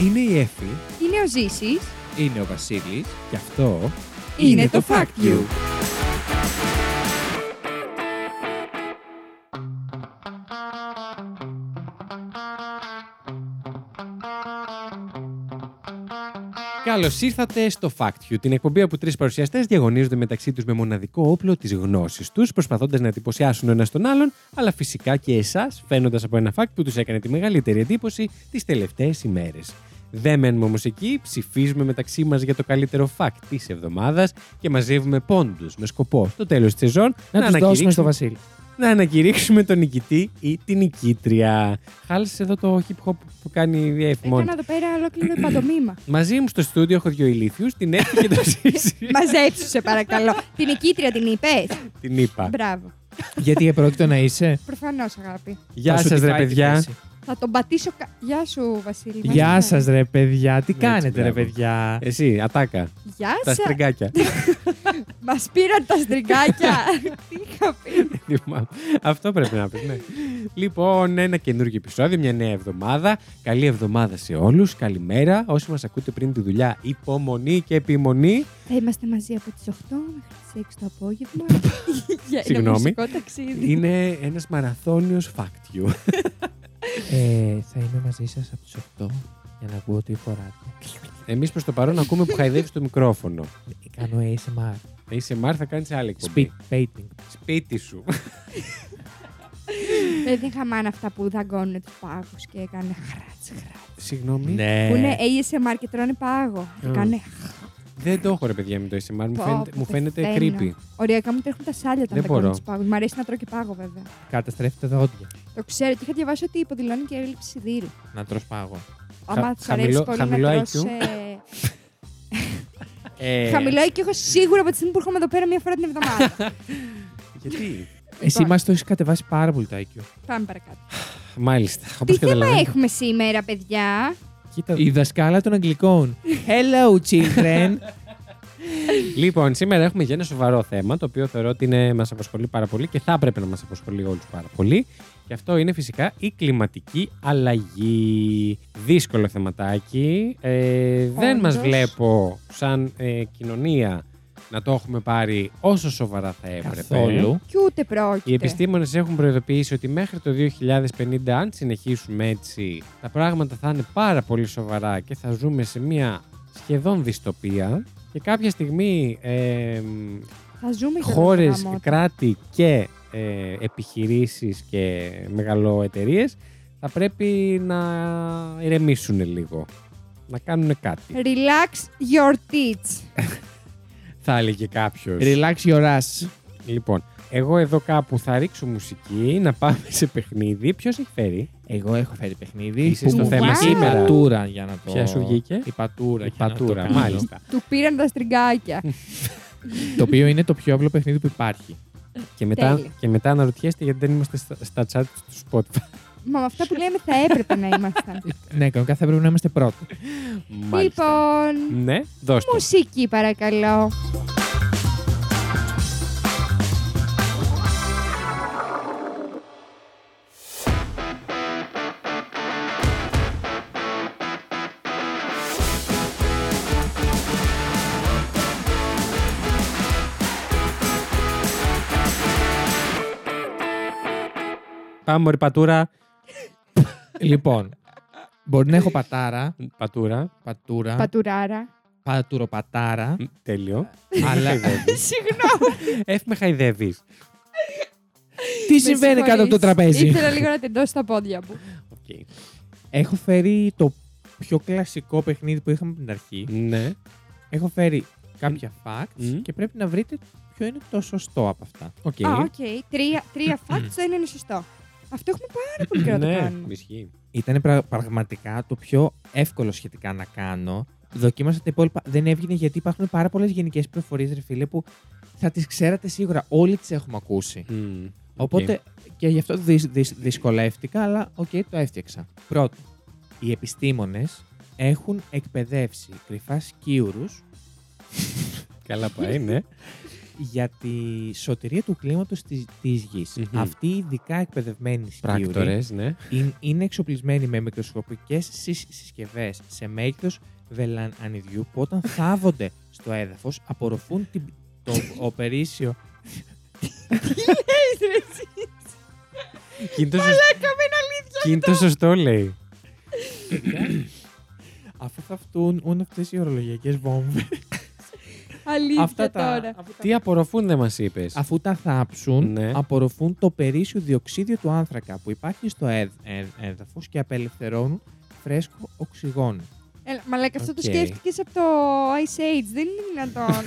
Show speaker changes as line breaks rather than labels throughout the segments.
Είναι η Εφη,
Είναι ο Ζήσης.
είναι ο Βασίλης και αυτό
Είναι το Fact You.
Καλώς ήρθατε στο Fact You, την εκπομπή όπου τρεις παρουσιαστές διαγωνίζονται μεταξύ τους με μοναδικό όπλο της γνώσης τους, προσπαθώντας να εντυπωσιάσουν ο ένας τον άλλον, αλλά φυσικά και εσάς, φαίνοντας από ένα fact που τους έκανε τη μεγαλύτερη εντύπωση τις τελευταίες ημέρες. Δεν μένουμε όμως εκεί, ψηφίζουμε μεταξύ μας για το καλύτερο fact της εβδομάδας και μαζεύουμε πόντους με σκοπό στο τέλος της σεζόν
Να, τους δώσουμε
ανακηρύξουμε-
στο Βασίλη.
να ανακηρύξουμε τον νικητή ή την νικήτρια. Χάλασε εδώ το hip hop που κάνει η Εφη μόνη.
Έκανα εδώ πέρα ολόκληρο παντομήμα.
Μαζί μου στο στούντιο έχω δύο ηλίθιους, την Εφη και το Σύση.
Μαζέψου σε παρακαλώ. την νικήτρια την είπες.
την είπα.
Μπράβο.
Γιατί επρόκειτο να είσαι.
Προφανώς αγάπη.
Γεια
Θα σου
σας
τη
ρε
φάει τη
παιδιά.
θέση.
Θα τον πατήσω. κα- Γεια σου, Βασίλη.
Γεια σας, ρε παιδιά. Τι
Έτσι,
κάνετε, ρε
μπράβο. Ε,
παιδιά.
Εσύ, ατάκα.
Γεια
Τα
σας.
στριγκάκια.
Μας πήραν τα στριγκάκια. Τι είχα πει.
Θυμάμαι. Λοιπόν, Αυτό πρέπει να πεις, ναι. Λοιπόν, ένα καινούργιο επεισόδιο, μια νέα εβδομάδα. Καλή εβδομάδα σε όλους. Καλημέρα. Όσοι μας ακούτε πριν τη δουλειά, υπομονή και επιμονή.
Θα είμαστε μαζί από τις 8 μέχρι τις 6 το απόγευμα. Για ένα
Συγγνώμη.
μουσικό ταξίδι.
Είναι ένας μαραθώνιος fact you.
Ε, θα είμαι μαζί σας από τις 8 για να ακούω τι φοράτε.
Εμείς προς το παρόν ακούμε που χαϊδεύεις το μικρόφωνο.
Κάνω ASMR.
Είσαι Μάρ, θα κάνεις άλλη εκπομπή.
Speed painting.
Σπίτι σου.
Ε, Δεν χαμάνε αυτά που δαγκώνουν τους πάγους και κάνουν χράτς χράτς.
Συγγνώμη.
Ναι.
Που είναι ASMR και τρώνε πάγο. Και
Mm.
κάνουν
Δεν το έχω ρε παιδιά με το ASMR. Μου
Πω,
φαίνεται,
πω,
μου φαίνεται
πεθαίνω.
creepy.
Ωριακά μου τρέχουν τα σάλια όταν
Δεν
δεν κάνω
μπορώ.
του πάγου. Μ' αρέσει να τρώω και πάγο, βέβαια.
Καταστρέφεται δόντια.
Το ξέρω και είχα διαβάσει ότι υποδηλώνει και έλλειψη σιδήρου.
Να τρως πάγο.
Άμα σου αρέσει
χαμηλό-
πολύ
χαμηλό
να
IQ.
τρως... Ε...
Ε,
Χαμηλό IQ έχω σίγουρα από τη στιγμή που έρχομαι εδώ πέρα μία φορά την εβδομάδα.
Γιατί.
Εσύ μας το έχεις κατεβάσει πάρα πολύ το IQ.
Πάμε παρακάτω.
Μάλιστα.
Τι
Όπως
θέμα
καταλαβαίνετε.
έχουμε σήμερα, παιδιά.
Κοίτα.
Η δασκάλα των Αγγλικών. Hello, children.
Ε, Λοιπόν, σήμερα έχουμε για ένα σοβαρό θέμα, το οποίο θεωρώ ότι είναι, μας απασχολεί πάρα πολύ και θα έπρεπε να μας απασχολεί όλους πάρα πολύ. Και αυτό είναι φυσικά η κλιματική αλλαγή. Δύσκολο θεματάκι. Ε, δεν μας
Όντως.
βλέπω σαν ε, κοινωνία να το έχουμε πάρει όσο σοβαρά θα έπρεπε.
Καθόλου.
Κι ούτε πρόκειται.
Οι επιστήμονες έχουν προειδοποιήσει ότι μέχρι το 2050, αν συνεχίσουμε έτσι, τα πράγματα θα είναι πάρα πολύ σοβαρά και θα ζούμε σε μια σχεδόν δυστοπία. Και κάποια στιγμή ε,
Θα ζούμε και
χώρε, κράτη και ε, επιχειρήσεις και μεγαλοεταιρείες θα πρέπει να ηρεμήσουν λίγο. Να κάνουν κάτι.
Ε, Relax your tits.
Θα έλεγε κάποιος.
Relax your ass.
Λοιπόν, εγώ εδώ κάπου θα ρίξω μουσική, να πάμε σε παιχνίδι. Ποιος έχει φέρει.
Εγώ έχω φέρει παιχνίδι.
Είσαι
που
στο
μου
θέμα
βγήκε
σήμερα.
Η πατούρα για να το.
Ποια σου βγήκε?
Η πατούρα.
Η
για να το
πατούρα,
κάνω.
μάλιστα.
Του πήραν τα στριγκάκια.
το οποίο είναι το πιο απλό παιχνίδι που υπάρχει.
Και μετά,
Τέλεια.
και μετά αναρωτιέστε γιατί δεν είμαστε στα, στα chat του Spotify.
Μα με αυτά που λέμε θα έπρεπε να ήμασταν.
ναι, κανονικά θα πρέπει να είμαστε πρώτοι.
λοιπόν,
Ναι, δώστε.
μουσική παρακαλώ.
Πάμε, ρε πατούρα.
λοιπόν, μπορεί να έχω πατάρα,
Πατούρα.
πατούρα,
Πατουράρα.
πατουροπατάρα,
Μ, Τέλειο.
αλλά.
Συγγνώμη.
Εφ με χαϊδεύεις.
Τι συμβαίνει κάτω από το τραπέζι.
Ήθελα λίγο να τεντώσω τα πόδια μου.
έχω φέρει το πιο κλασικό παιχνίδι που είχαμε από την αρχή.
Ναι.
Έχω φέρει κάποια
Μμ.
facts και πρέπει να βρείτε ποιο είναι το σωστό από αυτά.
Οκ.
Α, οκ. Τρία, τρία facts δεν είναι σωστό. Αυτό έχουμε πάρα πολύ καιρό να το
Ναι,
κάνουμε.
ισχύει.
Ήταν πρα- πραγματικά το πιο εύκολο σχετικά να κάνω. Δοκίμασα τα υπόλοιπα. Δεν έβγαινε γιατί υπάρχουν πάρα πολλές γενικές πληροφορίες, ρε φίλε, που θα τις ξέρατε σίγουρα. Όλοι τις έχουμε ακούσει.
Μμ.
Οπότε και γι' αυτό δυσ- δυσ- δυσκολεύτηκα, αλλά οκ, το έφτιαξα. Πρώτον, οι επιστήμονες έχουν εκπαιδεύσει κρυφά σκιούρους
Καλά πάει, ναι.
για τη σωτηρία του κλίματος της, της γης.
Μμμ.
Αυτοί οι ειδικά εκπαιδευμένοι σκιούροι
Πράκτορες, ναι.
είναι- είναι εξοπλισμένοι με μικροσκοπικές συ- συσκευές σε μέγεθος βελανιδιού που όταν θάβονται στο έδαφος απορροφούν την- το οπερίσιο
Ξέρεις, ρε, εσύ.
Κινητό σωστό, σωστό λέει.
αφού θαυτούν ούν αυτές οι ορολογιακές βόμβες.
Αλήθεια τώρα.
αφού τα-
Τι απορροφούν δεν μας είπες.
αφού τα θάψουν,
Ναι.
απορροφούν το περίσσιο διοξίδιο του άνθρακα που υπάρχει στο έδ, έδ- έδαφος και απελευθερώνουν φρέσκο οξυγόνο.
Έλα, Μαλάκα, αυτό το
Οκ.
σκέφτηκες από το Ice Age. Δεν είναι δυνατόν.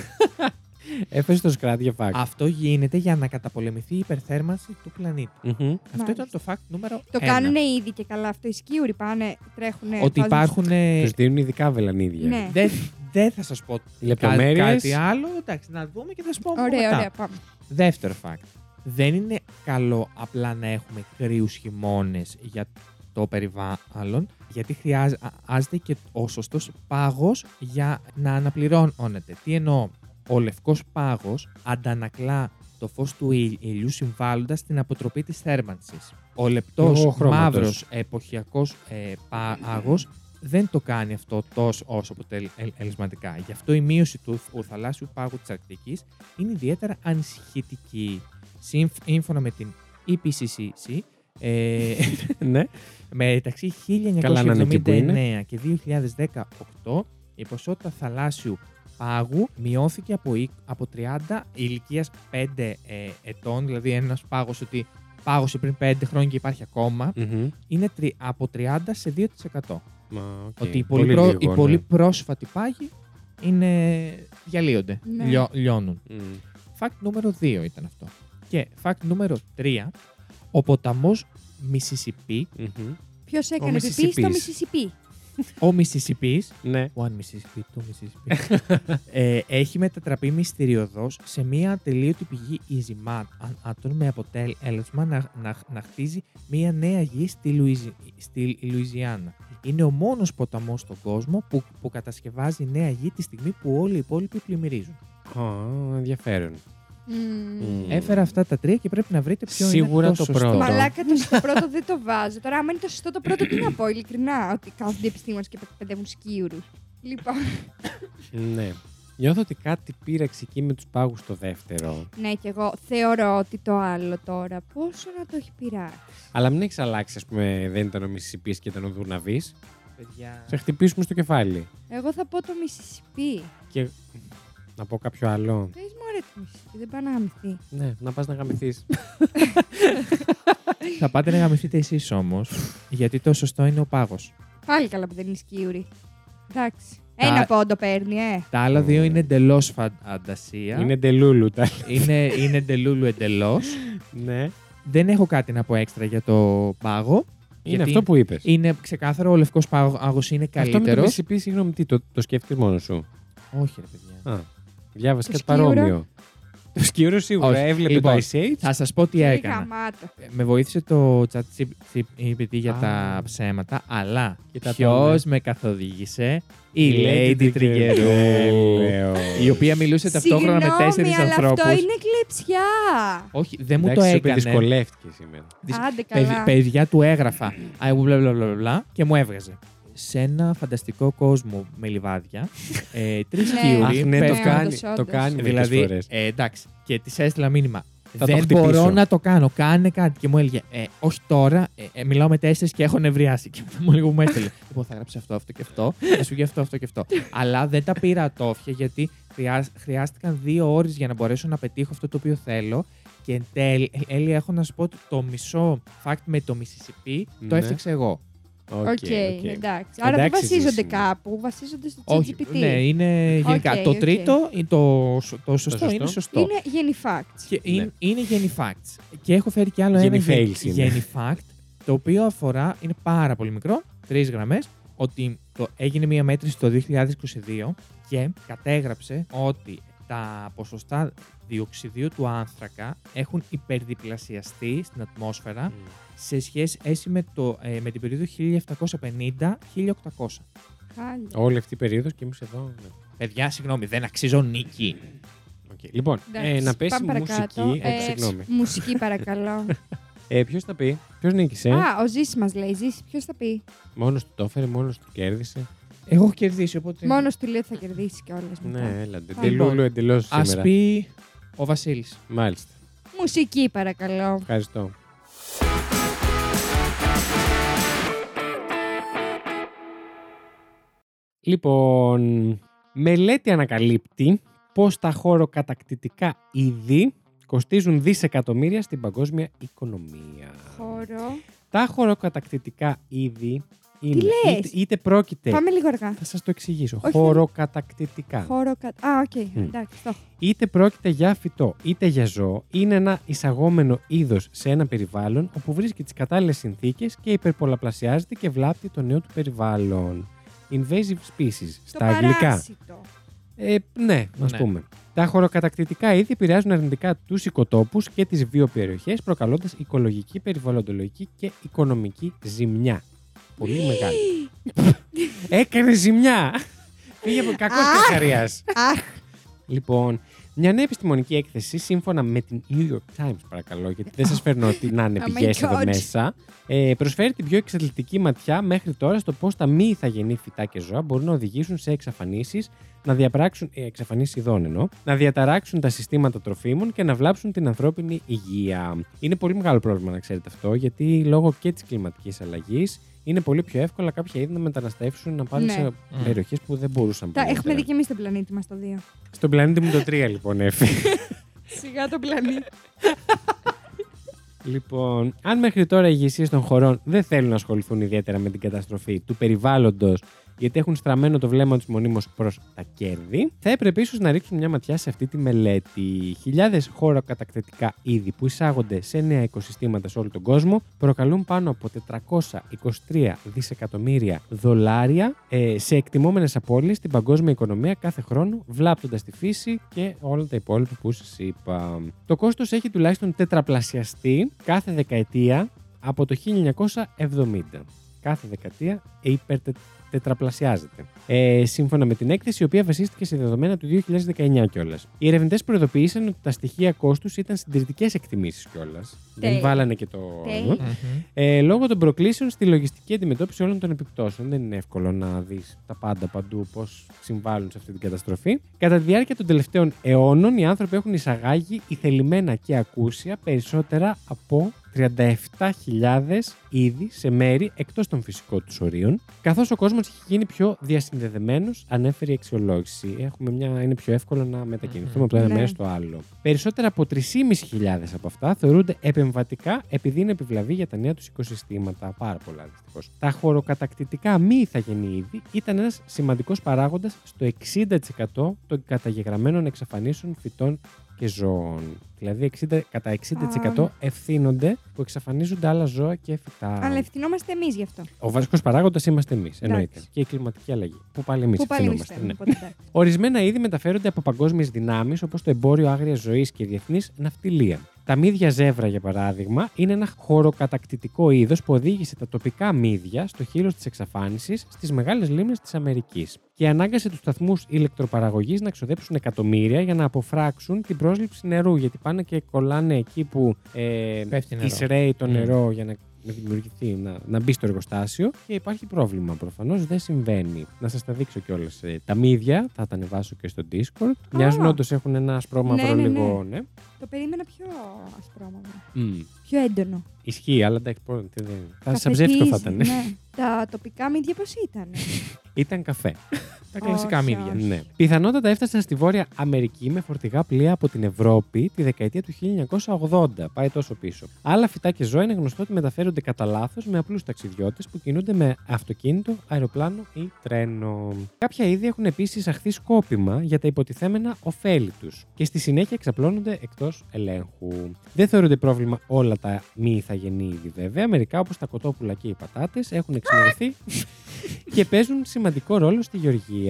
Έφερε το σκράτ για φάκ.
Αυτό γίνεται για να καταπολεμηθεί η υπερθέρμανση του πλανήτη.
Μμμ.
Αυτό
Μάλιστα.
ήταν το fact νούμερο
Το
ένα.
κάνουν ήδη και καλά αυτό. Οι σκιούροι πάνε, τρέχουν.
Ότι υπάρχουν.
Του δίνουν ειδικά βελανίδια.
Ναι.
Δεν δεν θα σας πω κά-
Λεπτομέρειες.
κάτι άλλο. Εντάξει, να δούμε και θα σας πω
Ωραία,
μετά.
ωραία, πάμε.
Δεύτερο fact. Δεν είναι καλό απλά να έχουμε κρύους χειμώνες για το περιβάλλον, γιατί χρειάζεται και ο σωστός πάγος για να αναπληρώνεται. Τι εννοώ, ο λευκός πάγος αντανακλά το φως του ήλ- ήλιου συμβάλλοντας στην αποτροπή της θέρμανσης. Ο λεπτός
Λόγω χρώματος.
μαύρος εποχιακός ε, πάγο δεν το κάνει αυτό τόσο όσο αποτελεσματικά. Γι' αυτό η μείωση του θ- θαλάσσιου πάγου της Αρκτικής είναι ιδιαίτερα ανησυχητική. Σύμφ- Σύμφωνα με την IPCC, ε,
ναι.
μεταξύ
Καλά να είναι εκεί που
1979 και 2018 η ποσότητα θαλάσσιου πάγου μειώθηκε από, είκ- από 30 ηλικίας 5 ε, ετών, δηλαδή ένας πάγος ότι πάγωσε πριν 5 χρόνια και υπάρχει ακόμα,
Μμμ.
είναι τρι- από 30 σε 2%.
Μα, οκ.
Ότι οι πολύ,
Ε, Πολύ
προ-
λίγο,
οι
ναι.
πολύ πρόσφατοι πάγοι είναι, διαλύονται,
Ναι.
λιω- λιώνουν.
Μμ.
Fact νούμερο 2 ήταν αυτό. Και fact νούμερο 3, ο ποταμός Mississippi,
Μμμ.
Ποιος έκανε πιπί
Μισισιπής.
στο Μισισιπίς.
ο Mississippi,
Ναι.
one Mississippi, two Mississippi, ε, έχει μετατραπεί μυστηριωδώς σε μια ατελείωτη πηγή ειζημάτων με αποτέλεσμα να, να, να χτίζει μια νέα γη στη, Λουιζι, στη Λουιζιάννα. Είναι ο μόνος ποταμός στον κόσμο που, που κατασκευάζει νέα γη τη στιγμή που όλοι οι υπόλοιποι πλημμυρίζουν.
Α, ενδιαφέρον. Μμ.
Ε,
Έφερα αυτά τα τρία και πρέπει να βρείτε ποιο
Σίγουρα
είναι
το
σωστό.
πρώτο.
Μαλάκα το στο πρώτο δεν το βάζω. Τώρα, άμα είναι το σωστό το πρώτο, τι να πω, ειλικρινά. Ότι κάθονται επιστήμονε και παιδεύουν σκιούρους. Λοιπόν,
Ναι. Νιώθω ότι κάτι πήραξε εκεί με τους πάγους στο δεύτερο.
ναι, και εγώ θεωρώ ότι το άλλο τώρα πόσο να το έχει πειράξει.
Αλλά μην έχεις αλλάξει, ας πούμε, δεν ήταν ο Μississippi και ήταν ο Δουναβή.
Παιδιά.
Σε χτυπήσουμε στο κεφάλι.
Εγώ θα πω το Μισισιπί.
Και να πω κάποιο άλλο.
Πες μου, ρε το Μισισιπί, δεν πάει να αμυθεί.
Ναι, να πας να γαμηθείς.
Θα πάτε να γαμηθείτε εσείς όμως, γιατί το σωστό είναι ο πάγος.
Πάλι καλά που δεν είναι σκιούρι. Εντάξει. Ένα
Τα-
πόντο παίρνει, ε.
Τα άλλα
Mm.
δύο είναι εντελώς φαντασία.
Είναι ντελούλου τα.
είναι, είναι εντελούλου εντελώς.
Ναι.
Δεν έχω κάτι να πω έξτρα για το πάγο.
Είναι αυτό που είπες.
Είναι ξεκάθαρο, ο λευκός πάγος είναι
Αυτό με το
καλύτερος.
Mississippi, συγγνώμη, τι, το, το σκέφτηκε μόνος σου.
Όχι, ρε παιδιά.
Α, διάβασε
Το
κάτι
σκύουρο.
παρόμοιο. Το σκύρο σίγουρα
Όχι.
έβλεπε
Λοιπόν,
το Ice Age.
Θα σας πω τι
Τι
έκανα.
γαμάτο.
Με βοήθησε το chat GPT για
Α.
τα ψέματα, αλλά
Και τα
ποιος
τόντα.
με καθοδήγησε, η Lady Τριγερού.
Τριγερού.
Η οποία μιλούσε ταυτόχρονα με τέσσερι
Συγγνώμη, αλλά
ανθρώπου.
αυτό είναι κλεψιά.
Όχι, δεν Ε, μου το
έκανε.
έκανες.
δυσκολεύτηκες σήμερα.
Δυσ-
Άντε
Παιδι-
καλά.
παιδιά του έγραφα. I bla bla bla bla bla και μου έβγαζε. Σε ένα φανταστικό κόσμο με λιβάδια, ε, τρεις
Ναι.
Αχ,
κύριοι
ναι, το
πέφτει.
κάνει.
Όντως,
Το
όντως.
κάνει μερικές
Δηλαδή,
φορές.
ε, εντάξει, και της έστειλα μήνυμα.
το
δεν
χτυπήσω».
μπορώ να το κάνω. Κάνε κάτι. Και μου έλεγε, ε, Όχι τώρα. Ε, ε, μιλάω με τέσσερις και έχω νευριάσει. Και μετά μου λίγο μου έστειλε. λοιπόν, θα γράψει αυτό, αυτό και αυτό. Θα σου γι' αυτό, αυτό και αυτό. Αλλά δεν τα πήρα ατόφια γιατί χρειά- χρειάστηκαν δύο ώρες για να μπορέσω να πετύχω αυτό το οποίο θέλω. Και εν τέλει, ε, Έλλη, έχω να σου πω ότι το μισό fact με το Mississippi το
Ναι.
έφτιαξα εγώ.
Οκ,
Οκ,
οκ.
εντάξει. Άρα δεν
Εντάξει,
βασίζονται
ζήσιμο.
κάπου, βασίζονται στο
Όχι,
ChatGPT.
ναι, είναι γενικά.
Οκ,
το
οκ.
τρίτο, ε, το, σω- το σωστό,
σωστό.
είναι σωστό.
Είναι γέννη facts.
Και
Ναι.
είναι, είναι Jenny Facts. Και έχω φέρει κι άλλο
Jenny
ένα
Fails
γεν-
είναι.
Jenny Fact, το οποίο αφορά, είναι πάρα πολύ μικρό, τρεις γραμμές, ότι το, έγινε μία μέτρηση το 2022 και κατέγραψε ότι τα ποσοστά διοξιδίου του άνθρακα έχουν υπερδιπλασιαστεί στην ατμόσφαιρα σε σχέση έτσι με, το, ε, με την περίοδο 1750-1800.
Χάλια.
Όλη αυτή η περίοδος και εμείς εδώ. ναι.
Παιδιά, συγγνώμη, δεν αξίζω νίκη.
Οκ. Λοιπόν,
Εντάξει,
ε, να πέσει
πάμε παρακάτω.
μουσική. Ε,
Ε,
συγγνώμη.
Μουσική, παρακαλώ.
Ε, ποιος θα πει, ποιος νίκησε.
Α, ο Ζήσης μας λέει. Ζήση, ποιος θα πει.
Μόνος του το έφερε, μόνος του κέρδισε.
Εγώ έχω κερδίσει, οπότε.
Μόνος του λέει ότι θα κερδίσεις κιόλα μετά.
Ναι, έλα. Τελούλου
Λοιπόν,
εντελώ
Α
σήμερα.
πει ο Βασίλης.
Μάλιστα.
Μουσική, παρακαλώ.
Ευχαριστώ. Λοιπόν, μελέτη ανακαλύπτει πως τα χωροκατακτητικά είδη κοστίζουν δισεκατομμύρια στην παγκόσμια οικονομία.
Χώρο.
Τα χωροκατακτητικά είδη είναι.
λες?
Είτε, είτε πρόκειται.
Πάμε λίγο αργά.
Θα σας το εξηγήσω.
Όχι,
χωροκατακτητικά.
Χώρο κατά. Α,
Ναι.
οκ. Εντάξει, το έχω.
Είτε πρόκειται για φυτό είτε για ζώο, είναι ένα εισαγόμενο είδος σε ένα περιβάλλον όπου βρίσκει τις κατάλληλες συνθήκες και υπερπολαπλασιάζεται και βλάπτει το νέο του περιβάλλον. Invasive species.
Το
στα αγγλικά.
παράσιτο.
Ε, ναι, ας
Ναι.
πούμε. Τα χωροκατακτητικά είδη επηρεάζουν αρνητικά τους οικοτόπους και τις βιοπεριοχές, προκαλώντας οικολογική, περιβαλλοντολογική και οικονομική ζημιά. Πολύ μεγάλη. Έκανε ζημιά! Φύγε από κακός
Αχ!
Καριάς.
Αχ,
Λοιπόν, μια νέα επιστημονική έκθεση σύμφωνα με την New York Times, παρακαλώ, γιατί δεν σας φέρνω ότι να είναι
Oh my
πηγές εδώ
God.
μέσα. Ε, προσφέρει την πιο εξαντλητική ματιά μέχρι τώρα στο πώς τα μη ηθαγενή φυτά και ζώα μπορούν να οδηγήσουν σε εξαφανίσεις, να διαπράξουν. Ε, εξαφανίσεις ειδών εννοώ, να διαταράξουν τα συστήματα τροφίμων και να βλάψουν την ανθρώπινη υγεία. Είναι πολύ μεγάλο πρόβλημα να ξέρετε αυτό, γιατί λόγω και της κλιματικής αλλαγής είναι πολύ πιο εύκολα κάποια είδη να μεταναστεύσουν να πάνε
Ναι.
σε
Μμμ.
περιοχές που δεν μπορούσαν
τα έχουμε
παλιότερα.
δει και εμείς τον πλανήτη μας το δύο.
Στον πλανήτη μου το 3 λοιπόν έφυγε.
Σιγά τον πλανήτη.
Λοιπόν, αν μέχρι τώρα οι ηγεσίες των χωρών δεν θέλουν να ασχοληθούν ιδιαίτερα με την καταστροφή του περιβάλλοντος, γιατί έχουν στραμμένο το βλέμμα τους μονίμως προς τα κέρδη, θα έπρεπε ίσως να ρίξουν μια ματιά σε αυτή τη μελέτη. Χιλιάδες χωροκατακτητικά είδη που εισάγονται σε νέα οικοσυστήματα σε όλο τον κόσμο προκαλούν πάνω από 423 δισεκατομμύρια δολάρια ε, σε εκτιμόμενες απώλειες στην παγκόσμια οικονομία κάθε χρόνο, βλάπτοντας τη φύση και όλα τα υπόλοιπα που σας είπα. Το κόστος έχει τουλάχιστον τετραπλασιαστεί κάθε δεκαετία από το 1970. Κάθε δεκαετία υπερτε- τετραπλασιάζεται. Ε, σύμφωνα με την έκθεση, η οποία βασίστηκε σε δεδομένα του 2019 κιόλας. Οι ερευνητές προειδοποίησαν ότι τα στοιχεία κόστους ήταν συντηρητικές εκτιμήσεις κιόλας. Δεν
Τέλεια.
βάλανε και το.
Τέλεια.
Ε, λόγω των προκλήσεων στη λογιστική αντιμετώπιση όλων των επιπτώσεων. Δεν είναι εύκολο να δεις τα πάντα παντού πώς συμβάλλουν σε αυτή την καταστροφή. Κατά τη διάρκεια των τελευταίων αιώνων, οι άνθρωποι έχουν εισαγάγει ηθελημένα και ακούσια περισσότερα από 37.000 είδη σε μέρη εκτός των φυσικών τους ορίων, καθώς ο κόσμος έχει γίνει πιο διασυνδεδεμένος, ανέφερε η αξιολόγηση. Έχουμε μια, είναι πιο εύκολο να μετακινηθούμε από το ένα
Ναι.
μέρος στο άλλο. Περισσότερα από 3.500 από αυτά θεωρούνται επεμβατικά επειδή είναι επιβλαβή για τα νέα τους οικοσυστήματα. Πάρα πολλά δυστυχώς. Τα χωροκατακτητικά μη ηθαγενή είδη ήταν ένας σημαντικός παράγοντας στο 60% των καταγεγραμμένων εξαφανίσεων φυτών και ζώων. Δηλαδή 60, κατά 60% ευθύνονται που εξαφανίζονται άλλα ζώα και φυτά.
Αλλά ευθυνόμαστε εμείς γι' αυτό.
Ο βασικός παράγοντας είμαστε εμείς, εννοείται.
Εντάξει.
Και η κλιματική αλλαγή. Που πάλι ναι. εμείς
Που πάλι εμείς θέλουμε. Οπότε.
Ορισμένα είδη μεταφέρονται από παγκόσμιες δυνάμεις όπως το εμπόριο άγριας ζωής και διεθνής ναυτιλία. Τα μύδια ζεύρα, για παράδειγμα, είναι ένα χωροκατακτητικό είδος που οδήγησε τα τοπικά μύδια στο χείλο της εξαφάνισης στις μεγάλες λίμνες της Αμερικής και ανάγκασε τους σταθμούς ηλεκτροπαραγωγής να ξοδέψουν εκατομμύρια για να αποφράξουν την πρόσληψη νερού. Γιατί πάνε και κολλάνε εκεί που ε,
Πέφτει νερό.
εισραίει το
Mm.
νερό για να να δημιουργηθεί, να, να μπει στο εργοστάσιο και υπάρχει πρόβλημα προφανώς. Δεν συμβαίνει. Να σας τα δείξω κιόλας. τα μύδια θα τα ανεβάσω και στο Discord. Μοιάζουν όντως έχουν ένα ασπρό μαύρο
Ναι, ναι,
λίγο. Ναι.
Το περίμενα πιο ασπρόμαυρο.
Μμμ.
Πιο έντονο.
Ισχύει, αλλά εντάξει, πώς, τι δεν... θα σαν
Καφετίζει,
ψεύτικο θα ήταν.
ναι. Τα τοπικά μύδια πώς ήταν.
Ήταν καφέ.
Τα κλασικά
Όχι,
μύδια.
όχι.
Ναι. Πιθανότατα έφτασαν στη Βόρεια Αμερική με φορτηγά πλοία από την Ευρώπη τη δεκαετία του 1980. Πάει τόσο πίσω. Άλλα φυτά και ζώα είναι γνωστό ότι μεταφέρονται κατά λάθος με απλούς ταξιδιώτες που κινούνται με αυτοκίνητο, αεροπλάνο ή τρένο. Κάποια είδη έχουν επίσης εισαχθεί σκόπιμα για τα υποτιθέμενα ωφέλη τους και στη συνέχεια εξαπλώνονται εκτός ελέγχου. Δεν θεωρούνται πρόβλημα όλα τα μη ηθαγενή είδη βέβαια. Μερικά όπως τα κοτόπουλα και οι πατάτες έχουν εξημερωθεί και παίζουν σημαντικό ρόλο στη γεωργία.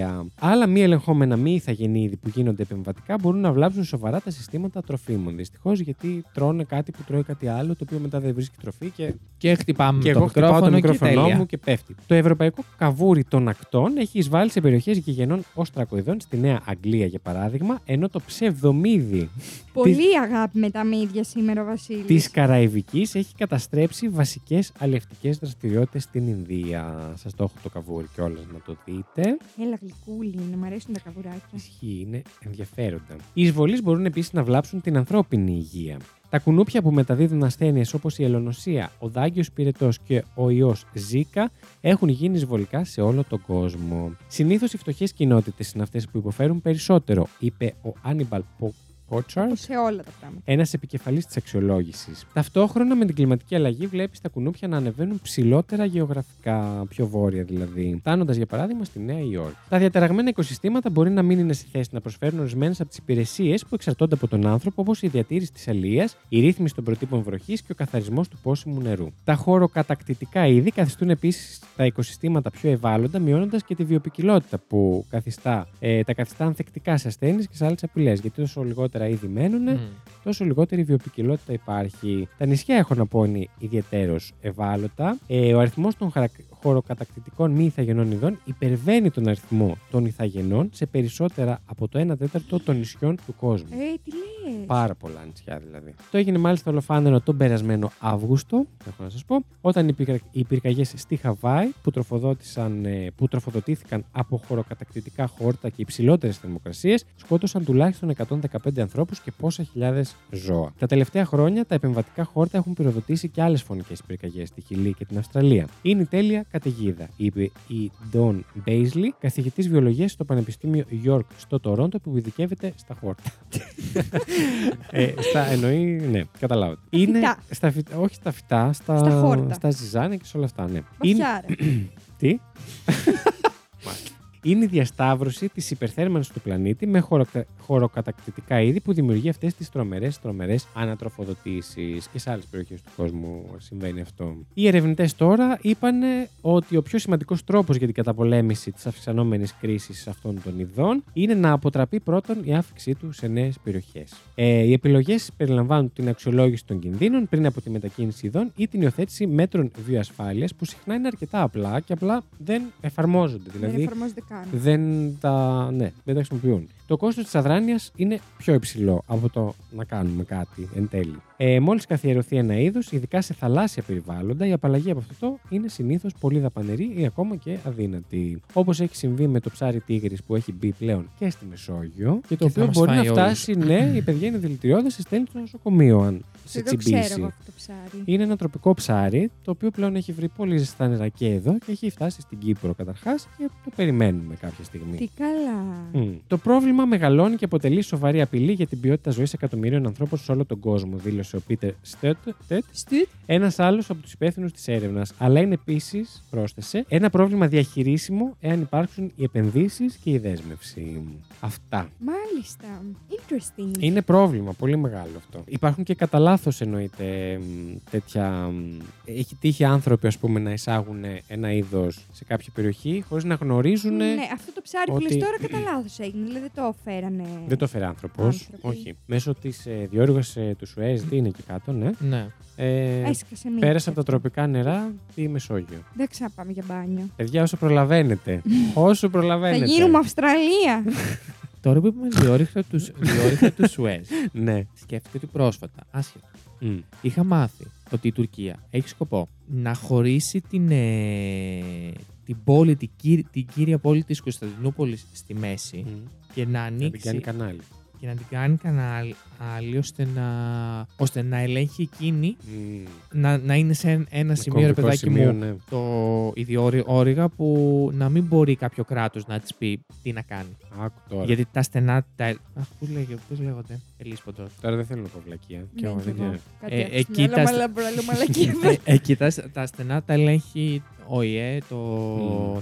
Άλλα μη ελεγχόμενα μη ηθαγενή είδη που γίνονται επεμβατικά μπορούν να βλάψουν σοβαρά τα συστήματα τροφίμων. Δυστυχώς γιατί τρώνε κάτι που τρώει κάτι άλλο, το οποίο μετά δεν βρίσκει τροφή και
Και χτυπάμε
και
το
εγώ χτυπάω το
μικρόφωνο και
μικρόφωνο
τέλεια.
μου και πέφτει. Το ευρωπαϊκό καβούρι των ακτών έχει εισβάλει σε περιοχές γηγενών οστρακοειδών στη Νέα Αγγλία, για παράδειγμα, ενώ το ψευδομίδι
Πολύ αγάπη με τα μύδια σήμερα ο Βασίλης.
της Καραϊβικής έχει καταστρέψει βασικές αλλιευτικέ δραστηριότητες στην Ινδία. Σας το έχω το καβούρι κιόλας να το δείτε.
Έλα γλυκούλη, να μου αρέσουν τα καβουράκια.
Ισχύει, είναι ενδιαφέροντα. Οι εισβολείς μπορούν επίσης να βλάψουν την ανθρώπινη υγεία. Τα κουνούπια που μεταδίδουν ασθένειες όπως η ελονοσία, ο δάγκιο πυρετός και ο ιός Ζήκα έχουν γίνει εισβολικά σε όλο τον κόσμο. Συνήθως οι φτωχές κοινότητες είναι αυτές που υποφέρουν περισσότερο, είπε ο Άνιμπαλ Πότσαρτ,
Όπως σε όλα τα πράγματα.
ένας επικεφαλής της αξιολόγησης. Ταυτόχρονα με την κλιματική αλλαγή, βλέπεις τα κουνούπια να ανεβαίνουν ψηλότερα γεωγραφικά, πιο βόρεια δηλαδή, φτάνοντας για παράδειγμα στη Νέα Υόρκη. Τα διαταραγμένα οικοσυστήματα μπορεί να μην είναι σε θέση να προσφέρουν ορισμένες από τις υπηρεσίες που εξαρτώνται από τον άνθρωπο, όπως η διατήρηση της αλεία, η ρύθμιση των προτύπων βροχής και ο καθαρισμός του πόσιμου νερού. Τα χωροκατακτητικά είδη καθιστούν επίσης τα οικοσυστήματα πιο ευάλωτα, μειώνοντας και τη βιοπικιλότητα που καθιστά, ε, τα καθιστά ανθεκτικά σε ασθένειες και σε άλλες απειλές. Γιατί όσο λιγότερα είδη μένουν,
Μμμ.
τόσο λιγότερη βιοπικιλότητα υπάρχει. Τα νησιά έχω να πω είναι ιδιαίτερως ευάλωτα. Ε, ο αριθμός των χαρακ- χωροκατακτητικών μη ηθαγενών ειδών υπερβαίνει τον αριθμό των ηθαγενών σε περισσότερα από το 1 τέταρτο των νησιών του κόσμου.
Ε, τι λες.
Πάρα πολλά νησιά δηλαδή. Το έγινε μάλιστα ολοφάνερο τον περασμένο Αύγουστο, έχω να σας πω, όταν οι πυρκα- οι πυρκαγιές στη Χαβάη που, τροφοδότησαν, ε, που τροφοδοτήθηκαν από χωροκατακτητικά χόρτα και υψηλότερες θερμοκρασίες σκότωσαν τουλάχιστον 115 ανθρώπους και πόσα χιλιάδες ζώα. Τα τελευταία χρόνια τα επεμβατικά χόρτα έχουν πυροδοτήσει και άλλες φωνικές πυρκαγιές στη Χιλή και την Αυστραλία. Είναι η τέλεια καταιγίδα, είπε η Dawn Baisley, καθηγητής βιολογίας στο Πανεπιστήμιο York στο Τορόντο που ειδικεύεται στα χόρτα. Ε, στα εννοεί, ναι, καταλάβατε. Είναι
φυτά.
στα φυτά, όχι στα φυτά, στα,
Στα χόρτα.
στα ζυζάνια και σε όλα αυτά, ναι. Είναι,
Βαθιάρα.
τι? Μάλιστα. Είναι η διασταύρωση της υπερθέρμανσης του πλανήτη με χωροκα- χωροκατακτητικά είδη που δημιουργεί αυτές τις τρομερές τρομερές ανατροφοδοτήσεις. Και σε άλλες περιοχές του κόσμου συμβαίνει αυτό. Οι ερευνητές τώρα είπαν ε, ότι ο πιο σημαντικός τρόπος για την καταπολέμηση της αυξανόμενης κρίσης αυτών των ειδών είναι να αποτραπεί πρώτον η αύξησή του σε νέες περιοχές. Ε, οι επιλογές περιλαμβάνουν την αξιολόγηση των κινδύνων πριν από τη μετακίνηση ειδών ή την υιοθέτηση μέτρων βιοασφάλειας που συχνά είναι αρκετά απλά και απλά δεν εφαρμόζονται.
Δεν
Δηλαδή,
εφαρμόζεται καν.
δεν τα, ναι, δεν τα χρησιμοποιούν. Το κόστος της αδράνειας είναι πιο υψηλό από το να κάνουμε κάτι εν τέλει. Ε, μόλις καθιερωθεί ένα είδος, ειδικά σε θαλάσσια περιβάλλοντα, η απαλλαγή από αυτό είναι συνήθως πολύ δαπανερή ή ακόμα και αδύνατη. Όπως έχει συμβεί με το ψάρι τίγρης που έχει μπει πλέον και στη Μεσόγειο και το
θα
οποίο
μας
μπορεί να
φάει όλους.
φτάσει, ναι, η παιδιά είναι δηλητηριώδες, σε στέλνει στο νοσοκομείο αν σε
Δεν το ξέρω εγώ
τσιμπήσει.
αυτό το ψάρι.
Είναι ένα τροπικό ψάρι, το οποίο πλέον έχει βρει πολύ ζεστά νερά και εδώ και έχει φτάσει στην Κύπρο καταρχάς και το περιμένουμε κάποια στιγμή.
Τι καλά.
Μμμ. Το πρόβλημα μεγαλώνει και αποτελεί σοβαρή απειλή για την ποιότητα ζωής εκατομμυρίων ανθρώπων σε όλο τον κόσμο, δήλωσε ο Πίτερ Στέτ,
Στουτ.
ένας άλλος από τους υπεύθυνους της έρευνας. Αλλά είναι επίσης, πρόσθεσε, ένα πρόβλημα διαχειρίσιμο εάν υπάρξουν οι επενδύσεις και η δέσμευση. Αυτά.
Μάλιστα. Interesting.
Είναι πρόβλημα, πολύ μεγάλο αυτό. Υπάρχουν και κατά λάθος εννοείται μ, τέτοια. μ, Έχει τύχει άνθρωποι, ας πούμε, να εισάγουν ένα είδος σε κάποια περιοχή χωρίς να γνωρίζουν.
Ναι, αυτό το ψάρι που
ότι-
λες τώρα κατά λάθος έγινε. Δηλαδή δεν το φέρανε.
Δεν το φέρει άνθρωπος.
Άνθρωποι.
Όχι. Μέσω της ε, διόρυγας ε, του Σουέζ, τι είναι εκεί κάτω, ναι.
Ναι.
Ε,
Έσκασε μία.
πέρασε από τα τροπικά νερά τη Μεσόγειο.
Δεν ξαναπάμε για μπάνιο.
Παιδιά, όσο προλαβαίνετε. όσο
Θα
προλαβαίνετε.
γίνουμε Αυστραλία.
Τώρα που είπαμε διόρυχτα του διόρυχτα τους Σουέζ,
Ναι.
σκέφτεται ότι πρόσφατα, άσχετα,
Μμ.
είχα μάθει ότι η Τουρκία έχει σκοπό να χωρίσει την, ε, την πόλη, την, κύρι- την κύρια πόλη της Κωνσταντινούπολης στη μέση
Μμ.
και να
Να την κάνει
ανοίξει
κανάλι.
και να την κάνει κανάλι άλλη ώστε να, ώστε να ελέγχει εκείνη
Μμ.
να, να είναι σε ένα, ένα σημείο, ρε
κομβικό
παιδάκι
σημείο,
μου,
ναι.
το ιδιόρυγα που να μην μπορεί κάποιο κράτος να της πει τι να κάνει.
Άκου τώρα.
Γιατί τα στενά. Τα... Αχ, πώς λέγεται, πώς λέγονται. Ελίσποντο.
Τώρα δεν θέλω να πω βλακεία.
Ναι,
εγώ
κι
δεν
εγώ.
ξέρω.
Κάτι
Ε,
άξιο.
εκεί
Μυαλό
τα-
μαλαμπρά, λέω μαλακίδα.
Εκεί τα, τα Ε, στενά τα ελέγχει ΟΗΕ, το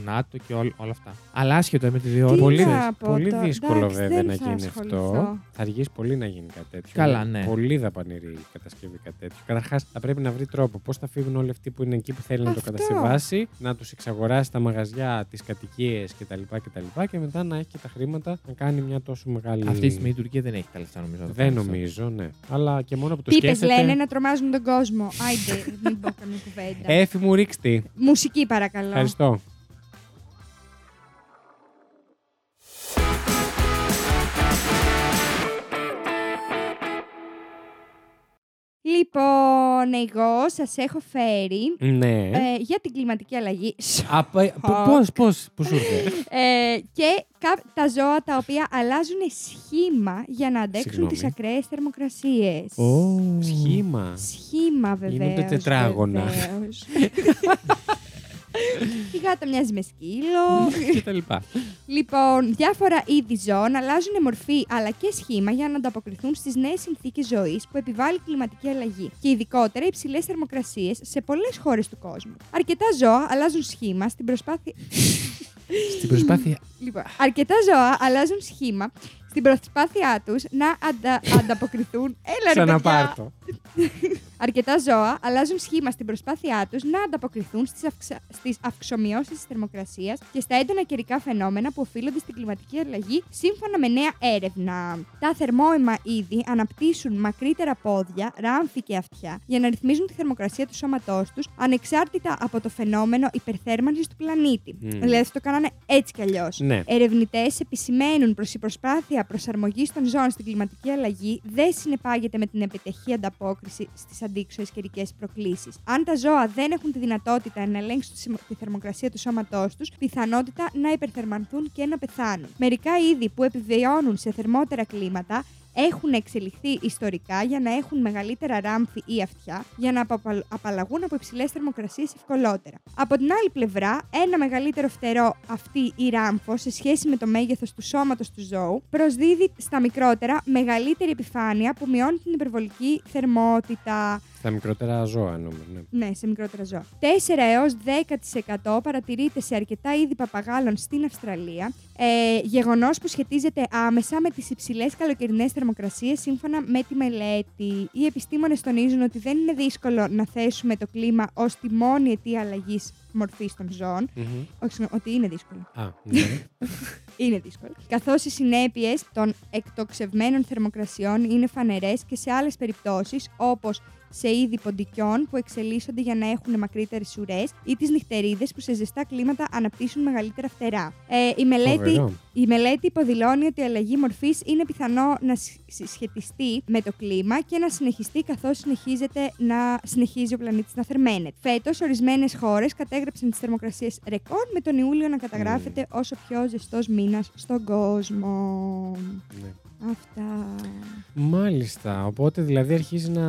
ΝΑΤΟ και ό, όλα αυτά. Αλλά άσχετο με τη δύο
Τι
ώρες.
Πολύ,
να
δυσ-
πω
πολύ
τώρα.
δύσκολο
Εντάξει,
βέβαια
δεν
να
θα
γίνει αυτό.
ασχοληθώ.
Θα αργήσει πολύ να γίνει κάτι τέτοιο.
Καλά,
Είναι
ναι.
Πολύ δαπανηρή η κατασκευή κάτι τέτοιο. Καταρχάς, θα πρέπει να βρει τρόπο πώς θα φύγουν όλοι αυτοί που είναι εκεί που θέλει να το
Αυτό.
κατασκευάσει, να τους εξαγοράσει τα μαγαζιά, τις κατοικίες κτλ. κτλ. Και μετά να έχει και τα χρήματα να κάνει μια τόσο μεγάλη.
Αυτή τη στιγμή η Τουρκία δεν έχει τα λεφτά νομίζω. να το
Δεν
κάνει αυτό.
νομίζω, ναι. Αλλά και μόνο που το
Πίπε
σκέφτεται.
λένε να τρομάζουν τον κόσμο. Άιντε, μην πω καμία κουβέντα.
Έφη μου ρίξτε.
Μουσική παρακαλώ.
Ε- Ευχαριστώ.
Λοιπόν, εγώ σας έχω φέρει
Ναι. ε,
ε, για την κλιματική αλλαγή
Πώς, πώς, πώς σου ήρθε.
ε, και κα- τα ζώα τα οποία αλλάζουν σχήμα για να αντέξουν
Συγγνώμη.
τις ακραίες θερμοκρασίες.
Ω.
Σχήμα.
Σχήμα βεβαίω.
Γίνονται τετράγωνα.
Η γάτα μοιάζει με σκύλο.
Και τα λοιπά.
λοιπόν, διάφορα είδη ζώων αλλάζουν μορφή αλλά και σχήμα για να ανταποκριθούν στις νέες συνθήκες ζωής που επιβάλλει η κλιματική αλλαγή και ειδικότερα υψηλές θερμοκρασίες σε πολλές χώρες του κόσμου. Αρκετά ζώα αλλάζουν σχήμα στην προσπάθεια.
Στην προσπάθεια.
Λοιπόν, αρκετά ζώα αλλάζουν σχήμα στην προσπάθειά τους να αντα- ανταποκριθούν. Έλα, ρε, παιδιά.
Ξαναπάρτο.
Αρκετά ζώα αλλάζουν σχήμα στην προσπάθειά τους να ανταποκριθούν στις αυξα... στις αυξομοιώσεις της θερμοκρασίας και στα έντονα καιρικά φαινόμενα που οφείλονται στην κλιματική αλλαγή, σύμφωνα με νέα έρευνα. Τα θερμόαιμα είδη αναπτύσσουν μακρύτερα πόδια, ράμφη και αυτιά για να ρυθμίζουν τη θερμοκρασία του σώματός τους ανεξάρτητα από το φαινόμενο υπερθέρμανσης του πλανήτη.
Μμμ.
Δηλαδή θα το κάνανε έτσι κι αλλιώς.
Ναι.
Ερευνητές επισημαίνουν πω η προσπάθεια προσαρμογής των ζώων στην κλιματική αλλαγή δεν συνεπάγεται με την επιτυχή ανταπόκριση στις αντίξωες καιρικές προκλήσεις. Αν τα ζώα δεν έχουν τη δυνατότητα να ελέγξουν τη συμ- τη θερμοκρασία του σώματός τους, πιθανότητα να υπερθερμανθούν και να πεθάνουν. Μερικά είδη που επιβιώνουν σε θερμότερα κλίματα έχουν εξελιχθεί ιστορικά για να έχουν μεγαλύτερα ράμφη ή αυτιά για να απαπαλ- απαλλαγούν από υψηλές θερμοκρασίες ευκολότερα. Από την άλλη πλευρά, ένα μεγαλύτερο φτερό αυτή ή ράμφο σε σχέση με το μέγεθος του σώματος του ζώου προσδίδει στα μικρότερα μεγαλύτερη επιφάνεια που μειώνει την υπερβολική θερμότητα.
Στα μικρότερα ζώα, νομίζω. ναι.
Ναι, σε μικρότερα ζώα. 4 έως 10% παρατηρείται σε αρκετά είδη παπαγάλων στην Αυστραλία, ε, γεγονός που σχετίζεται άμεσα με τις υψηλές καλοκαιρινές θερμοκρασίες σύμφωνα με τη μελέτη. Οι επιστήμονες τονίζουν ότι δεν είναι δύσκολο να θέσουμε το κλίμα ως τη μόνη αιτία αλλαγής μορφής των ζώων.
Μμμ.
Όχι, συγγνώμη, ότι είναι δύσκολο.
Α, ναι.
Είναι δύσκολο. Καθώς οι συνέπειες των εκτοξευμένων θερμοκρασιών είναι φανερές και σε άλλες περιπτώσεις, όπως σε είδη ποντικιών που εξελίσσονται για να έχουν μακρύτερες ουρές ή τις νυχτερίδες που σε ζεστά κλίματα αναπτύσσουν μεγαλύτερα φτερά. Ε, η, μελέτη,
Φοβερό.
η μελέτη υποδηλώνει ότι η αλλαγή μορφής είναι πιθανό να συσ- συσχετιστεί με το κλίμα και να συνεχιστεί καθώς συνεχίζεται να συνεχίζει ο πλανήτης να θερμαίνεται. Φέτος, ορισμένες χώρες κατέγραψαν τις θερμοκρασίες ρεκόρ με τον Ιούλιο να καταγράφεται όσο πιο ζεστός μήνας στον κόσμο.
Ναι.
Αυτά.
Μάλιστα. Οπότε δηλαδή αρχίζει να.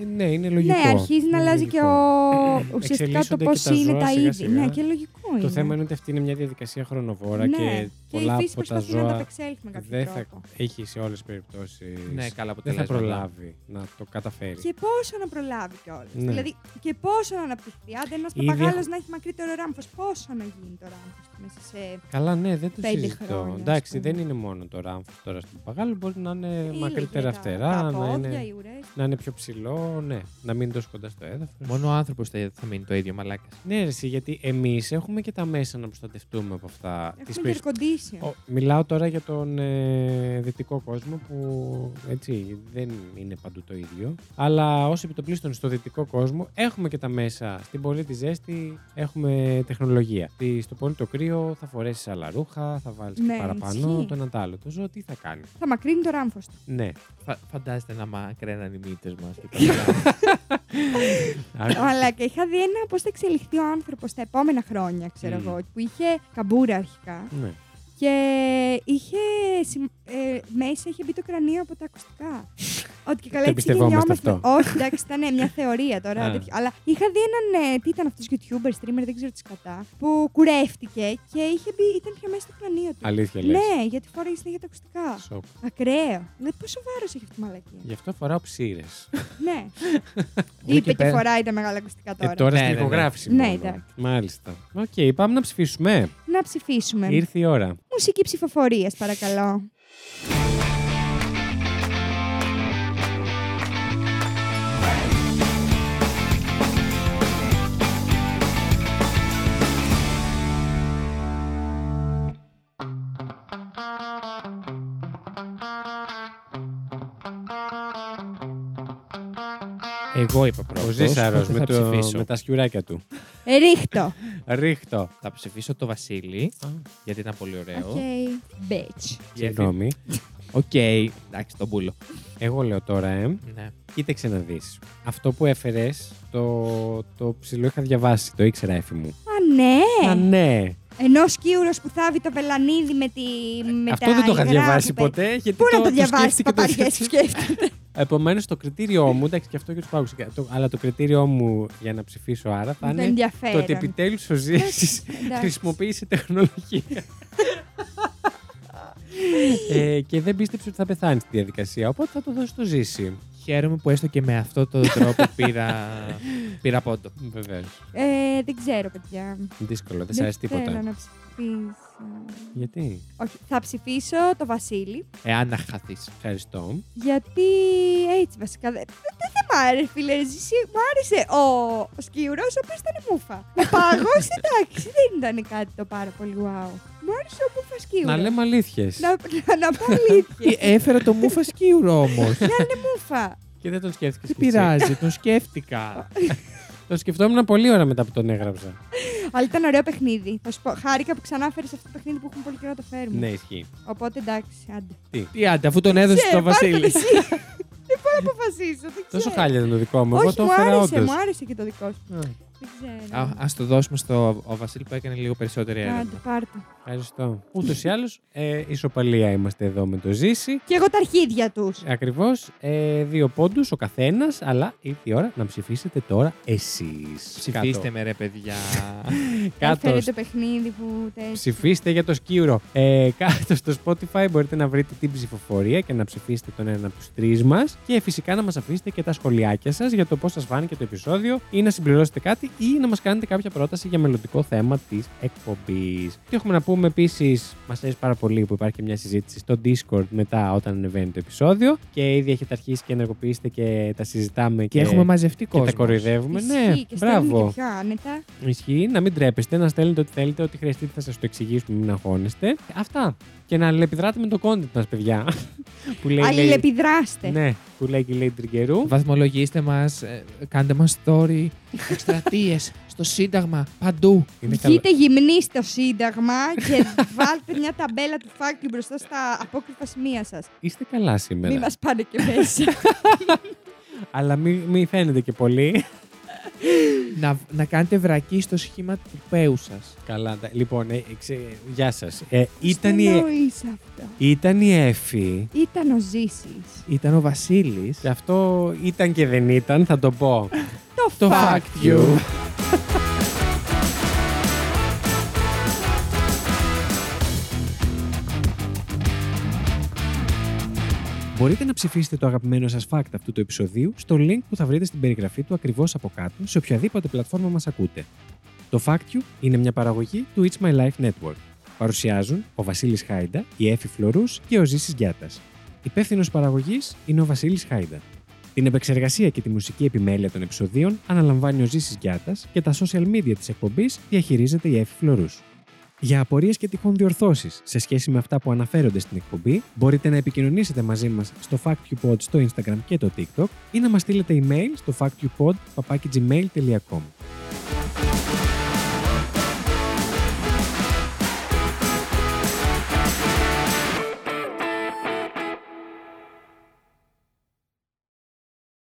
ε, Ναι, είναι λογικό.
Ναι, αρχίζει να
Είναι
αλλάζει
λογικό.
και ο... ουσιαστικά το
Εξελίσσονται
πώς
και τα
είναι
ζώα
τα
σιγά
είδη.
σιγά.
Ναι, και λογικό είναι.
Το θέμα είναι ότι αυτή είναι μια διαδικασία χρονοβόρα
ναι.
και πολλά
η φύση
από τα
προσπαθεί να τα
ζώα
απεξέλθει με κάποιο
δεν θα
τρόπο.
έχει σε όλες τις περιπτώσεις.
Ναι, καλά
δεν θα
αποτελέσματα.
προλάβει να το καταφέρει.
Και πόσο να προλάβει κιόλας.
Ναι.
Δηλαδή, και πόσο να αναπτυχθεί. Αν ένας
Ήδη
παπαγάλος
έχω-
να έχει μακρύτερο ράμφος, πόσο να γίνει το ράμφος μέσα σε.
Καλά, ναι, δεν το
Πέντε
συζητώ.
χρόνια, ας
Εντάξει,
πούμε.
δεν είναι μόνο το ράμφος τώρα στον παπαγάλο. Μπορεί να είναι
Ήλιο
Ε, μακρύτερα
και τα- Τα
φτερά, να
πόδια,
είναι,
οι ουρές.
να είναι πιο ψηλό, ναι, να μην είναι τόσο κοντά στο έδαφος.
Μόνο ο άνθρωπος θα, θα μείνει το ίδιο, μαλάκας.
Ναι, ρε, εσύ, γιατί εμείς έχουμε και τα μέσα να προστατευτούμε από αυτά. τις
Έχουμε και ναι. air condition.
Ο- μιλάω τώρα για τον ε, δυτικό κόσμο που έτσι δεν είναι παντού το ίδιο. Αλλά ως επιτοπλίστων στο δυτικό κόσμο έχουμε και τα μέσα. Στην πολύ τη ζέστη έχουμε τεχνολογία. Τι- Στο πολύ το κρύο θα φορέσεις άλλα ρούχα, θα βάλεις
Ναι,
και παραπάνω
ισχύει.
το ένα το άλλο. Το ζώο τι θα κάνει.
Θα μακρύνει το ράμφο του.
Ναι.
Φα, φαντάζεστε να μακραίναν οι μύτες μας.
Αλλά και είχα δει ένα πώς θα εξελιχθεί ο άνθρωπος τα επόμενα χρόνια, ξέρω
Μμ.
εγώ, που είχε καμπούρα αρχικά.
ναι.
Και είχε, συμ- ε, μέσα είχε μπει το κρανίο από τα ακουστικά. Ότι και καλά
Το
έτσι
εμπιστευόμαστε
γεννιόμαστε.
αυτό. Ε.
Όχι, εντάξει, ήταν ε, μια θεωρία
Α.
τώρα. τέτοιο. Αλλά είχα δει έναν. ε, τι ήταν αυτός, YouTuber, streamer, δεν ξέρω τι κατά. Που κουρεύτηκε και είχε μπει, ήταν πιο μέσα στο κρανίο του.
Αλήθεια λες.
Ναι, γιατί φόραγε συνέχεια τα ακουστικά.
Σοκ.
Ακραίο. Δηλαδή, πόσο βάρος έχει αυτή η μαλακία.
Γι' αυτό φοράω ψήρες.
ναι.
Εδώ
Είπε
και
και
πέρα-
φοράει τα μεγάλα ακουστικά
Ε,
τώρα.
τώρα
Ναι,
στην
ναι, ναι.
ηχογράφηση.
Ναι,
μόνο.
εντάξει.
Μάλιστα. Οκ, πάμε να ψηφίσουμε.
Να ψηφίσουμε.
Ήρθε η ώρα.
Μουσική ψηφοφορίας, παρακαλώ.
Εγώ είπα
Ο
πρώτος,
Ζήσαρο
οπότε
με,
θα
το-
ψηφίσω.
με τα σκιουράκια του.
Ε, Ρίχτο.
Ρίχτο.
Θα ψηφίσω το Βασίλη, γιατί ήταν πολύ
Ε,
ωραίο.
Οκ. Bitch.
Γιατί-
Συγγνώμη.
Οκ. Εντάξει, τον πουλο.
Εγώ λέω τώρα, ε.
Ναι.
Κοίταξε να δεις. Αυτό που έφερες, το, το ψηλό είχα διαβάσει, το ήξερα έφη μου.
Α, ναι.
Α, ναι.
Ενώ σκύουρος που θάβει το βελανίδι με τη. Με
Αυτό
τα
δεν το είχα
υγρά
διαβάσει
που παί-
ποτέ. Γιατί
Πού να το διαβάσεις,
σκέφτηκα, το
παπαριέ σου
σκέφτηκα.
σκέφτεται.
Επομένως, το κριτήριό μου, εντάξει, και αυτό και τους πάγου. Αλλά το κριτήριό μου για να ψηφίσω άρα θα
Το
είναι ναι. το ότι
ενδιαφέρον.
επιτέλους ο Ζήσης
Εντάξει.
χρησιμοποίησε τεχνολογία. ε, και δεν πίστεψε ότι θα πεθάνει στη διαδικασία. Οπότε θα το δώσει το Ζήση.
Χαίρομαι που έστω και με αυτό τον τρόπο πήρα, πήρα πόντο.
Βεβαίως.
Ε, δεν ξέρω, παιδιά.
Δύσκολο, δεν σ' αρέσει
Θέλω
τίποτα.
να ψηφίσω.
Γιατί.
Όχι, θα ψηφίσω το Βασίλη.
Εάν να χαθείς.
Ευχαριστώ.
Γιατί έτσι βασικά. Δεν δεν θα μ' άρεσε, φίλε. Ζήση. Μ' άρεσε ο, ο σκύουρο, ο οποίος ήταν μούφα. Ο πάγο, εντάξει, δεν ήταν κάτι το πάρα πολύ wow. Μ' άρεσε ο μούφα σκύουρο.
Να λέμε αλήθειες.
να, να, να πω αλήθεια.
Ε, Έφερα το μούφα σκύουρο όμω.
Ε,
μούφα.
Και δεν τον σκέφτηκες.
Δεν πειράζει, τον σκέφτηκα.
Το σκεφτόμουν πολύ ώρα μετά που τον έγραψα.
Αλλά ήταν ωραίο παιχνίδι. Θα σου πω, χάρηκα που ξανά φέρει αυτό το παιχνίδι που έχουμε πολύ καιρό να το φέρουμε.
ναι, Ε, ισχύει.
Οπότε εντάξει, άντε.
Τι άντε, αφού τον έδωσε
Ξέρω,
τον
πάρε
Βασίλη.
τον εσύ. Δεν μπορώ να αποφασίσω. Δεν ξέρω.
Τόσο χάλια ήταν το δικό μου. Εγώ
Όχι,
το
μου
έφερα
άρεσε,
όντως.
μου άρεσε και το δικό σου. Δεν ξέρω.
Α ας το δώσουμε στο ο Βασίλη που έκανε λίγο περισσότερη
Άντε,
έρευνα.
πάρ' το.
Ευχαριστώ. Ούτως ή άλλως, ε, ισοπαλία είμαστε εδώ με το Ζήση.
Και εγώ τα αρχίδια τους.
Ακριβώς ε, δύο πόντους ο καθένας, αλλά ήρθε η ώρα να ψηφίσετε τώρα εσείς.
Ψηφίστε με ρε παιδιά.
Κάτω.
Έφερε το παιχνίδι που τέτοιο.
Ψηφίστε για το σκύρο. Ε, κάτω στο Spotify μπορείτε να βρείτε την ψηφοφορία και να ψηφίσετε τον ένα από τους τρεις μας. Και φυσικά να μας αφήσετε και τα σχολιάκια σας για το πώς σας φάνηκε το επεισόδιο ή να συμπληρώσετε κάτι ή να μας κάνετε κάποια πρόταση για μελλοντικό θέμα της εκπομπής. Τι έχουμε να πούμε επίσης, μας αρέσει πάρα πολύ που υπάρχει και μια συζήτηση στο Discord μετά όταν ανεβαίνει το επεισόδιο. Και ήδη έχετε αρχίσει και ενεργοποιήσετε και τα συζητάμε
Και έχουμε μαζευτεί
Ε, και
κόσμο.
τα κοροϊδεύουμε. Ναι,
Ισχύει και στέλνει
μπράβο.
και πιο άνετα.
Ισχύει, να μην τρέπεστε, να στέλνετε ό,τι θέλετε, ό,τι χρειαστείτε θα σας το εξηγήσουμε, μην αγχώνεστε. Αυτά. Και να αλληλεπιδράτε με το content μας, παιδιά. που λέει, λέει,
Αλληλεπιδράστε.
ναι, που λέει και η Lady Τριγκερού.
Βαθμολογήστε μας, κάντε μας story, εκστρατείε, στο Σύνταγμα, παντού.
Είναι καλό.
Βγείτε γυμνοί στο Σύνταγμα και βάλτε μια ταμπέλα του φάκλου μπροστά στα απόκριφα σημεία σας.
Είστε καλά σήμερα.
Μην μα πάνε και μέσα.
Αλλά μην μη φαίνεται και πολύ.
να, να κάνετε βρακή στο σχήμα του πέου σας.
καλά. τα- Λοιπόν, ε, ξε- γεια σας. Ε, ήταν,
Τι
η...
εννοείς αυτό.
ήταν η Εφη.
Ήταν ο Ζήσης.
Ήταν ο Βασίλης.
Και αυτό ήταν και δεν ήταν, θα το πω.
Το fact
you. Μπορείτε να ψηφίσετε το αγαπημένο σας fact αυτού του επεισοδίου στο link που θα βρείτε στην περιγραφή του ακριβώς από κάτω σε οποιαδήποτε πλατφόρμα μας ακούτε. Το Fact You είναι μια παραγωγή του It's My Life Network. Παρουσιάζουν ο Βασίλης Χάιντα, η Έφη Φλωρούς και ο Ζήσης Γιάτας. Υπεύθυνος παραγωγής είναι ο Βασίλης Χάιντα. Την επεξεργασία και τη μουσική επιμέλεια των επεισοδίων αναλαμβάνει ο Ζήσης Γιάτας και τα social media της εκπομπής διαχειρίζεται η Εφη Φλωρούς. Για απορίες και τυχόν διορθώσεις σε σχέση με αυτά που αναφέρονται στην εκπομπή, μπορείτε να επικοινωνήσετε μαζί μας στο FactQpod στο Instagram και το TikTok ή να μας στείλετε email στο factqpod.gmail.com.